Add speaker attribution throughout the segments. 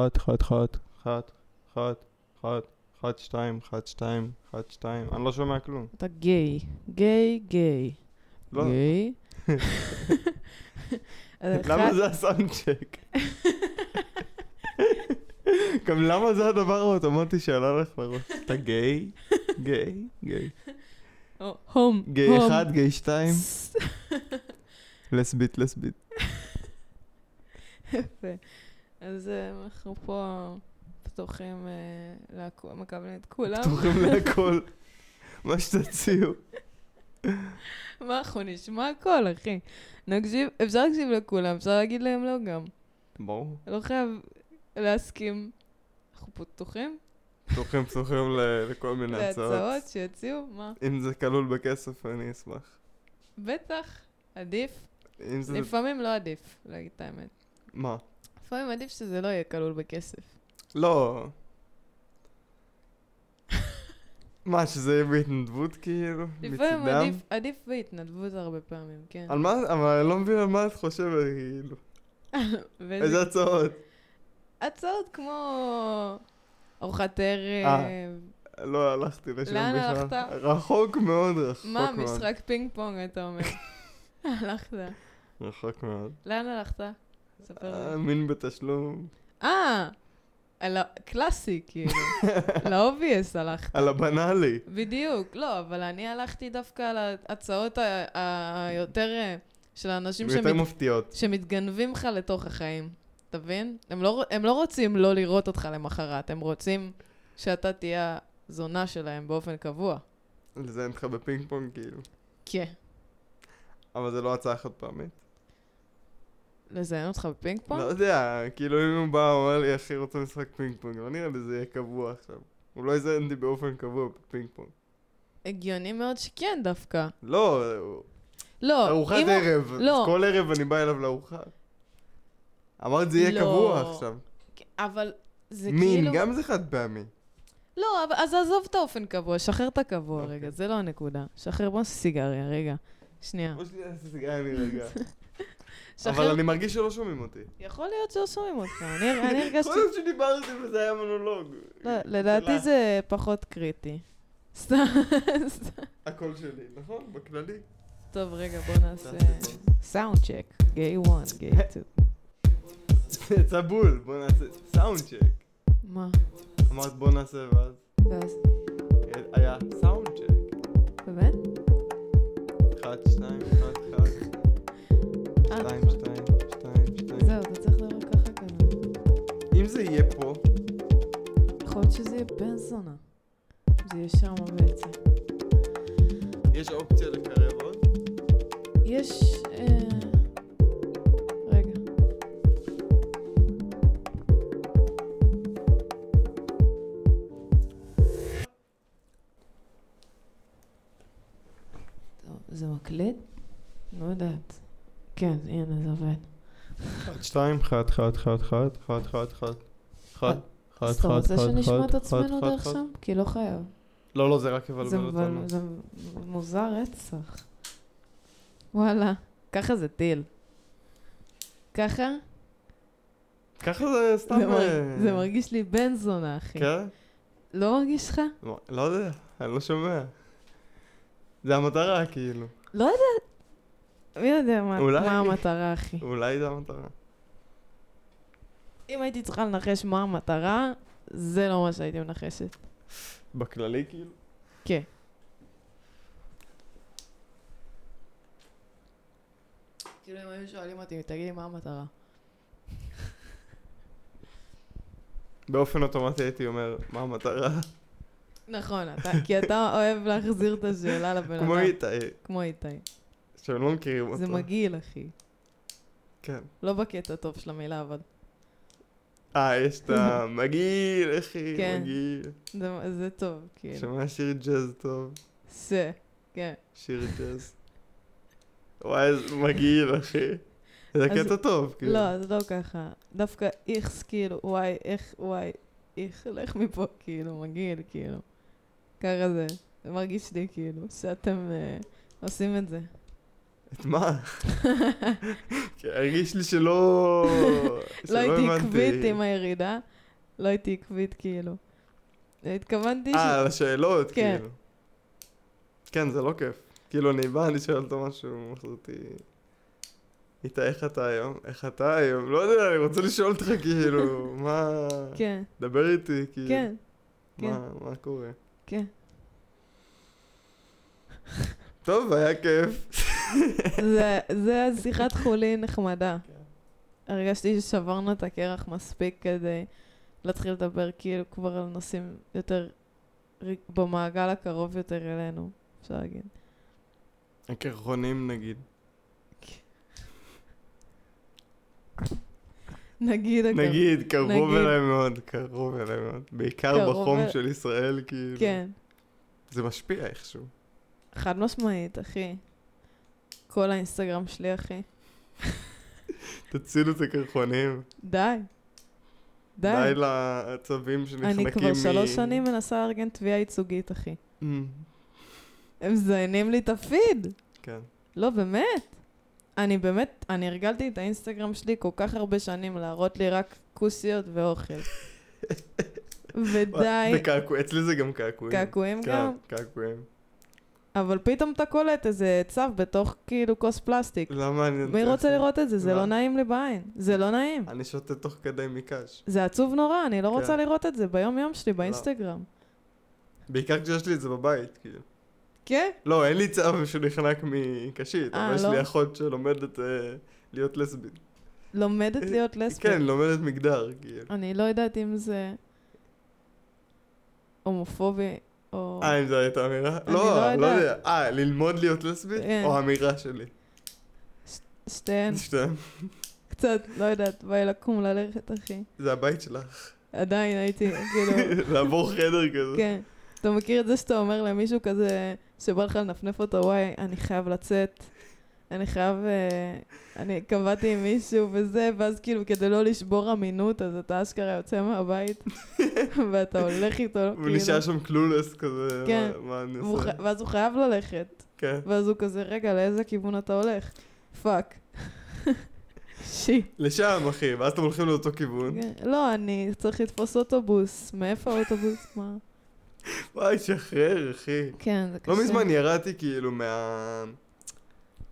Speaker 1: אחת, אחת, אחת, אחת, אחת, אחת, אחת, שתיים, אחת, שתיים, אחת, שתיים, אני לא שומע כלום.
Speaker 2: אתה גיי, גיי, גיי,
Speaker 1: לא,
Speaker 2: גיי. אז
Speaker 1: למה
Speaker 2: אחד-
Speaker 1: זה הסאונד צ'ק? גם למה זה הדבר האוטומטי שעלה לך לראש? אתה גיי? גיי? גיי.
Speaker 2: או, הום,
Speaker 1: גיי
Speaker 2: הום.
Speaker 1: אחד, גיי שתיים,
Speaker 2: ס-
Speaker 1: לסבית, לסבית.
Speaker 2: יפה. אז אה, אנחנו פה פתוחים אה, להכו- מקבלים את כולם.
Speaker 1: פתוחים להכל. מה שתציעו.
Speaker 2: מה, אנחנו נשמע הכל, אחי. נקשיב, אפשר להקשיב לכולם, אפשר להגיד להם לא גם.
Speaker 1: ברור.
Speaker 2: לא חייב להסכים. אנחנו פתוחים
Speaker 1: פתוחים פתוחים ל- לכל מיני הצעות.
Speaker 2: להצעות שיציעו, מה?
Speaker 1: אם זה כלול בכסף, אני אשמח.
Speaker 2: בטח, עדיף.
Speaker 1: אם זה...
Speaker 2: לפעמים לא עדיף, להגיד את האמת.
Speaker 1: מה?
Speaker 2: לפעמים עדיף שזה לא יהיה כלול בכסף.
Speaker 1: לא. מה, שזה יהיה בהתנדבות כאילו?
Speaker 2: לפעמים
Speaker 1: מצידם?
Speaker 2: עדיף- עדיף בהתנדבות הרבה פעמים, כן.
Speaker 1: על מה, אבל אני לא מבין על מה את חושבת, כאילו.
Speaker 2: ואיזה-
Speaker 1: איזה הצעות?
Speaker 2: הצעות כמו ארוחת ערב,
Speaker 1: אה, לא, הלכתי לשם
Speaker 2: לאן
Speaker 1: בכלל.
Speaker 2: הלכת?
Speaker 1: רחוק מאוד, רחוק מאוד.
Speaker 2: מה, משחק פינג פונג אתה אומר. הלכת.
Speaker 1: רחוק מאוד.
Speaker 2: לאן הלכת? ספר
Speaker 1: אה,
Speaker 2: לי.
Speaker 1: מין בתשלום.
Speaker 2: אה, על ה- קלאסי, כאילו. לאובייס הלכת.
Speaker 1: על הבנאלי.
Speaker 2: בדיוק, לא, אבל אני הלכתי דווקא על ההצעות ה- ה- היותר אה, של האנשים שמת...
Speaker 1: יותר מפתיעות.
Speaker 2: שמתגנבים לך לתוך החיים, אתה מבין? הם לא, הם לא רוצים לא לראות אותך למחרת, הם רוצים שאתה תהיה הזונה שלהם באופן קבוע.
Speaker 1: לזה אין לך בפינג פונג, כאילו.
Speaker 2: כן.
Speaker 1: אבל זה לא הצעה חד פעמית.
Speaker 2: לזיין אותך בפינג פונג?
Speaker 1: לא יודע, כאילו אם הוא בא, הוא אומר לי, אחי, רוצה משחק פינג פונג, לא נראה לי זה יהיה קבוע עכשיו. הוא לא יזיין אותי באופן קבוע בפינג פונג.
Speaker 2: הגיוני מאוד שכן דווקא.
Speaker 1: לא, הוא-
Speaker 2: לא,
Speaker 1: ארוחת
Speaker 2: אם הוא-
Speaker 1: ערב.
Speaker 2: לא.
Speaker 1: אז כל ערב אני בא אליו לארוחה. אמרת זה יהיה
Speaker 2: לא.
Speaker 1: קבוע עכשיו.
Speaker 2: אבל זה
Speaker 1: מין,
Speaker 2: כאילו...
Speaker 1: גם זה חד פעמי.
Speaker 2: לא, אבל אז עזוב את האופן קבוע, שחרר את הקבוע
Speaker 1: אוקיי.
Speaker 2: רגע, זה לא הנקודה. שחרר, בוא נעשה סיגריה, רגע. שנייה.
Speaker 1: בוא שנייה, נעשה סיגריה אני רגע. אבל
Speaker 2: שחרר,
Speaker 1: אני מרגיש שלא שומעים אותי.
Speaker 2: יכול להיות שלא שומעים אותך, אני אני
Speaker 1: כל
Speaker 2: הרגשתי...
Speaker 1: יום שדיברתי וזה היה מונולוג.
Speaker 2: לא,
Speaker 1: שלה.
Speaker 2: לדעתי זה פחות קריטי. סתם, סתם.
Speaker 1: הקול שלי, נכון? בכללי.
Speaker 2: טוב, רגע, בוא נעשה... סאונד צ'ק, גיי 1, גיי 2.
Speaker 1: יצא בול, בוא נעשה סאונד צ'ק.
Speaker 2: מה?
Speaker 1: אמרת בוא נעשה ואז
Speaker 2: ואז,
Speaker 1: היה סאונד צ'ק.
Speaker 2: באמת?
Speaker 1: אחד, שתיים, אחד, אחד,
Speaker 2: אה,
Speaker 1: שתיים,
Speaker 2: נכון.
Speaker 1: שתיים, שתיים, שתיים.
Speaker 2: זהו, אתה צריך לראות ככה כזה.
Speaker 1: אם זה יהיה פה,
Speaker 2: יכול להיות שזה יהיה בן זונה. זה יהיה שמה בעצם.
Speaker 1: יש אופציה לקרב עוד?
Speaker 2: יש... אה, רגע. טוב, זה מקליט? לא יודעת. כן, הנה זה עובד.
Speaker 1: אחד, שתיים, אחד, אחד, אחד, אחד, אחד, אחד, אחד, אחד, אחד,
Speaker 2: אז אתה
Speaker 1: אחד,
Speaker 2: רוצה
Speaker 1: אחד,
Speaker 2: שנשמע
Speaker 1: אחד,
Speaker 2: את
Speaker 1: אחד,
Speaker 2: עצמנו
Speaker 1: אחד,
Speaker 2: דרך
Speaker 1: אחד.
Speaker 2: שם? כי לא חייב.
Speaker 1: לא, לא, זה רק
Speaker 2: זה
Speaker 1: יבלבל
Speaker 2: מבלבל-
Speaker 1: אותנו.
Speaker 2: זה מוזר רצח. וואלה, ככה זה טיל. ככה?
Speaker 1: ככה זה סתם...
Speaker 2: זה מרג-
Speaker 1: אה,
Speaker 2: זה מרגיש לי בן זונה, אחי.
Speaker 1: כן?
Speaker 2: לא מרגיש לך?
Speaker 1: לא- לא יודע, אני לא שומע. זה המטרה, כאילו.
Speaker 2: מי יודע מה
Speaker 1: אולי.
Speaker 2: מה המטרה, אחי.
Speaker 1: אולי זה המטרה.
Speaker 2: אם הייתי צריכה לנחש מה המטרה, זה לא מה שהייתי מנחשת.
Speaker 1: בכללי, כאילו.
Speaker 2: כן. כאילו אם היו שואלים אותי, תגידי מה המטרה.
Speaker 1: באופן אוטומטי הייתי אומר, מה המטרה?
Speaker 2: נכון, אתה, כי אתה אוהב להחזיר את השאלה לבן
Speaker 1: כמו
Speaker 2: אדם.
Speaker 1: איתי,
Speaker 2: כמו איתי.
Speaker 1: שהם לא מכירים אותו.
Speaker 2: זה מגעיל, אחי.
Speaker 1: כן.
Speaker 2: לא בקטע הטוב של המילה, אבל
Speaker 1: אה, יש את המגעיל, אחי,
Speaker 2: כן.
Speaker 1: מגעיל.
Speaker 2: זה, זה טוב, כאילו.
Speaker 1: שומע שיר ג'אז טוב,
Speaker 2: ש... כן.
Speaker 1: שיר ג'אז. וואי, זה מגעיל, אחי. זה
Speaker 2: אז-
Speaker 1: קטע טוב, כאילו.
Speaker 2: לא, זה לא ככה. דווקא איכס, כאילו, וואי, איך, וואי, איך, לך מפה, כאילו, מגעיל, כאילו. ככה זה. לא זה מרגיש לי, כאילו, שאתם אה, עושים את זה.
Speaker 1: את מה? כי הרגיש לי שלא...
Speaker 2: לא
Speaker 1: שלא
Speaker 2: הייתי
Speaker 1: הבנתי.
Speaker 2: עקבית עם הירידה. לא הייתי עקבית, כאילו. התכוונתי ש...
Speaker 1: אה, על השאלות,
Speaker 2: כן.
Speaker 1: כאילו. כן, זה לא כיף. כאילו, אני בא, אני שואל אותו משהו, מחזיר אותי... איתה, איך אתה היום? איך אתה היום? לא יודע, אני רוצה לשאול אותך, כאילו, מה...
Speaker 2: כן,
Speaker 1: דבר איתי, כאילו.
Speaker 2: כן,
Speaker 1: מה, מה קורה?
Speaker 2: כן.
Speaker 1: טוב, היה כיף.
Speaker 2: זה- זה היה שיחת חולין נחמדה.
Speaker 1: כן.
Speaker 2: הרגשתי ששברנו את הקרח מספיק כדי להתחיל לדבר כאילו כבר על נושאים יותר ר- במעגל הקרוב יותר אלינו, אפשר להגיד.
Speaker 1: הקרחונים נגיד.
Speaker 2: נגיד, הקר-
Speaker 1: נגיד, קרוב
Speaker 2: נגיד.
Speaker 1: אליי מאוד, קרוב אליי מאוד. בעיקר
Speaker 2: קרוב
Speaker 1: בחום
Speaker 2: אל-
Speaker 1: של ישראל, כאילו.
Speaker 2: כן,
Speaker 1: זה משפיע איכשהו.
Speaker 2: חד משמעית, אחי. כל האינסטגרם שלי, אחי.
Speaker 1: תצילו את הקרחונים.
Speaker 2: די. די.
Speaker 1: די לעצבים שנחנקים
Speaker 2: אני
Speaker 1: מ...
Speaker 2: כבר שלוש שנים מנסה לארגן תביעה ייצוגית, אחי.
Speaker 1: אמ,
Speaker 2: הם מזיינים לי את הפיד.
Speaker 1: כן.
Speaker 2: לא, באמת. אני באמת, אני הרגלתי את האינסטגרם שלי כל כך הרבה שנים להראות לי רק כוסיות ואוכל. ודי,
Speaker 1: וקעקוע, אצלי זה גם קעקועים.
Speaker 2: קעקועים
Speaker 1: כן,
Speaker 2: גם,
Speaker 1: קעקועים.
Speaker 2: אבל פתאום אתה קולט איזה צף בתוך כאילו כוס פלסטיק.
Speaker 1: למה אני...
Speaker 2: מי רוצה לראות את זה? זה
Speaker 1: לא.
Speaker 2: לא נעים לי בעין. זה לא נעים.
Speaker 1: אני שותה תוך כדי מקש.
Speaker 2: זה עצוב נורא, אני לא רוצה
Speaker 1: כן. לא.
Speaker 2: לראות את זה ביום-יום שלי באינסטגרם.
Speaker 1: בעיקר כשיש לי את זה בבית, כאילו.
Speaker 2: כן?
Speaker 1: לא, אין לי צו שנחנק מקשית,
Speaker 2: אה,
Speaker 1: אבל יש
Speaker 2: לא?
Speaker 1: לי אחות שלומדת אה, להיות לסבית.
Speaker 2: לומדת להיות לסבית.
Speaker 1: כן, לומדת מגדר, כאילו.
Speaker 2: אני לא יודעת אם זה הומופובי או...
Speaker 1: אה, אם זו הייתה אמירה?
Speaker 2: אני
Speaker 1: לא,
Speaker 2: לא
Speaker 1: לא
Speaker 2: יודעת.
Speaker 1: יודע. אה, ללמוד להיות לסבית?
Speaker 2: כן.
Speaker 1: או אמירה שלי?
Speaker 2: שתיהן.
Speaker 1: שתיהן.
Speaker 2: קצת, לא יודעת, בא לי לקום ללכת, אחי.
Speaker 1: זה הבית שלך.
Speaker 2: עדיין הייתי, כאילו,
Speaker 1: לעבור חדר כזה.
Speaker 2: כן. אתה מכיר את זה שאתה אומר למישהו כזה, שבא לך לנפנף אותו, וואי, אני חייב לצאת. אני חייב, אה, אני קבעתי עם מישהו וזה, ואז כאילו כדי לא לשבור אמינות, אז אתה אשכרה יוצא מהבית, ואתה הולך איתו,
Speaker 1: הוא
Speaker 2: כאילו,
Speaker 1: נשאר שם קלולס כזה,
Speaker 2: כן.
Speaker 1: מה- מה אני
Speaker 2: והוא
Speaker 1: עושה?
Speaker 2: חי- ואז הוא חייב ללכת.
Speaker 1: כן.
Speaker 2: ואז הוא כזה, רגע, לאיזה כיוון אתה הולך? פאק. שיט.
Speaker 1: לשם, אחי, ואז אתם הולכים לאותו כיוון.
Speaker 2: כן, לא, אני צריך לתפוס אוטובוס. מאיפה האוטובוס? מה?
Speaker 1: וואי, שחרר, אחי.
Speaker 2: כן, זה קשה.
Speaker 1: לא מזמן ירדתי כאילו מה...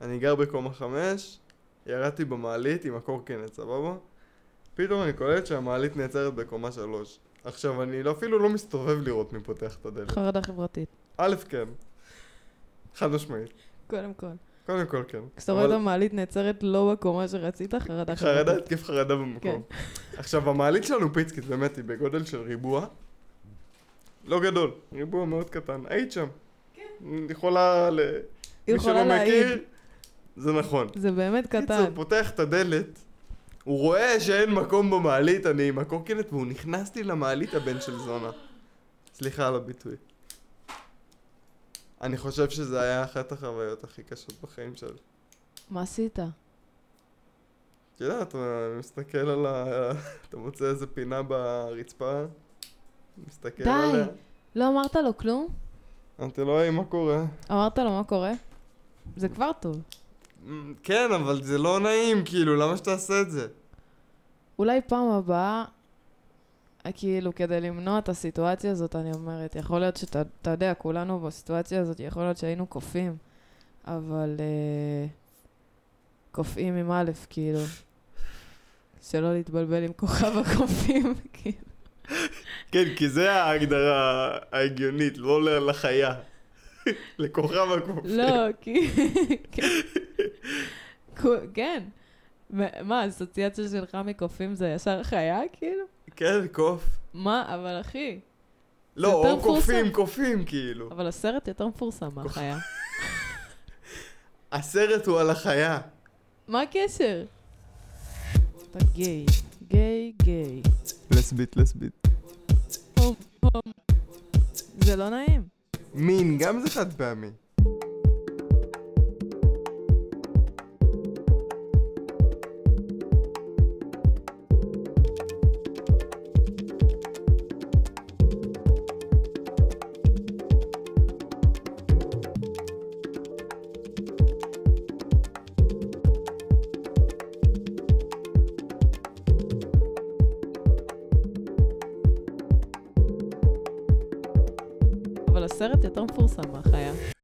Speaker 1: אני גר בקומה חמש, ירדתי במעלית עם הקורקינט, סבבה? פתאום אני קולט שהמעלית נעצרת בקומה שלוש. עכשיו, אני לא- אפילו לא מסתובב לראות מי פותח את הדלת.
Speaker 2: חרדה חברתית,
Speaker 1: א', כן. חד משמעית.
Speaker 2: קודם כל.
Speaker 1: קודם כל כן.
Speaker 2: כשאתה רואה את
Speaker 1: אבל
Speaker 2: המעלית נעצרת לא בקומה שרצית, חרדה חברתית.
Speaker 1: חרדה, התקף חרדה במקום. עכשיו, המעלית שלנו פיצקית, באמת, היא בגודל של ריבוע. לא גדול, ריבוע מאוד קטן. היית שם. כן. יכולה ל...
Speaker 2: היא
Speaker 1: מי שלא
Speaker 2: יכולה להעיד.
Speaker 1: מכיר, זה נכון.
Speaker 2: זה באמת
Speaker 1: קיצור,
Speaker 2: קטן.
Speaker 1: פותח את הדלת, הוא רואה שאין מקום במעלית, אני עם הקורקינט, והוא נכנס לי למעלית הבן של זונה. סליחה על הביטוי. אני חושב שזה היה אחת החוויות הכי קשות בחיים שלי.
Speaker 2: מה עשית?
Speaker 1: את יודעת, אה, אני מסתכל על ה... אתה מוצא איזה פינה ברצפה, מסתכל
Speaker 2: די.
Speaker 1: עליה.
Speaker 2: לא אמרת לו כלום?
Speaker 1: אמרתי לו, היי, מה קורה?
Speaker 2: אמרת לו מה קורה? זה כבר טוב.
Speaker 1: "מ, כן, אבל זה לא נעים, כאילו, למה שתעשה את זה?
Speaker 2: אולי פעם הבאה, אה, כאילו, כדי למנוע את הסיטואציה הזאת, אני אומרת, יכול להיות שאתה, אתה יודע, כולנו בסיטואציה הזאת, יכול להיות שהיינו קופאים, אבל אה, קופאים עם א', כאילו. שלא להתבלבל עם כוכב הקופים, כאילו.
Speaker 1: כן, כי זה ההגדרה ההגיונית, לא ל- לחיה. לכוכב הקופים.
Speaker 2: לא, כי... כן. כו- כן. מה- מה, האסוציאציה שלך מקופים זה ישר חיה, כאילו?
Speaker 1: כן, קוף.
Speaker 2: מה, אבל אחי,
Speaker 1: לא,
Speaker 2: יותר
Speaker 1: או קופים,
Speaker 2: מפורסם.
Speaker 1: קופים, כאילו.
Speaker 2: אבל הסרט יותר מפורסם מהחיה.
Speaker 1: הסרט הוא על החיה.
Speaker 2: מה הקשר? אתה גיי, גיי, גיי.
Speaker 1: לסבית, לסבית.
Speaker 2: זה לא נעים.
Speaker 1: מין, גם זה חד פעמי.
Speaker 2: הסרט יותר מפורסם מהחיה.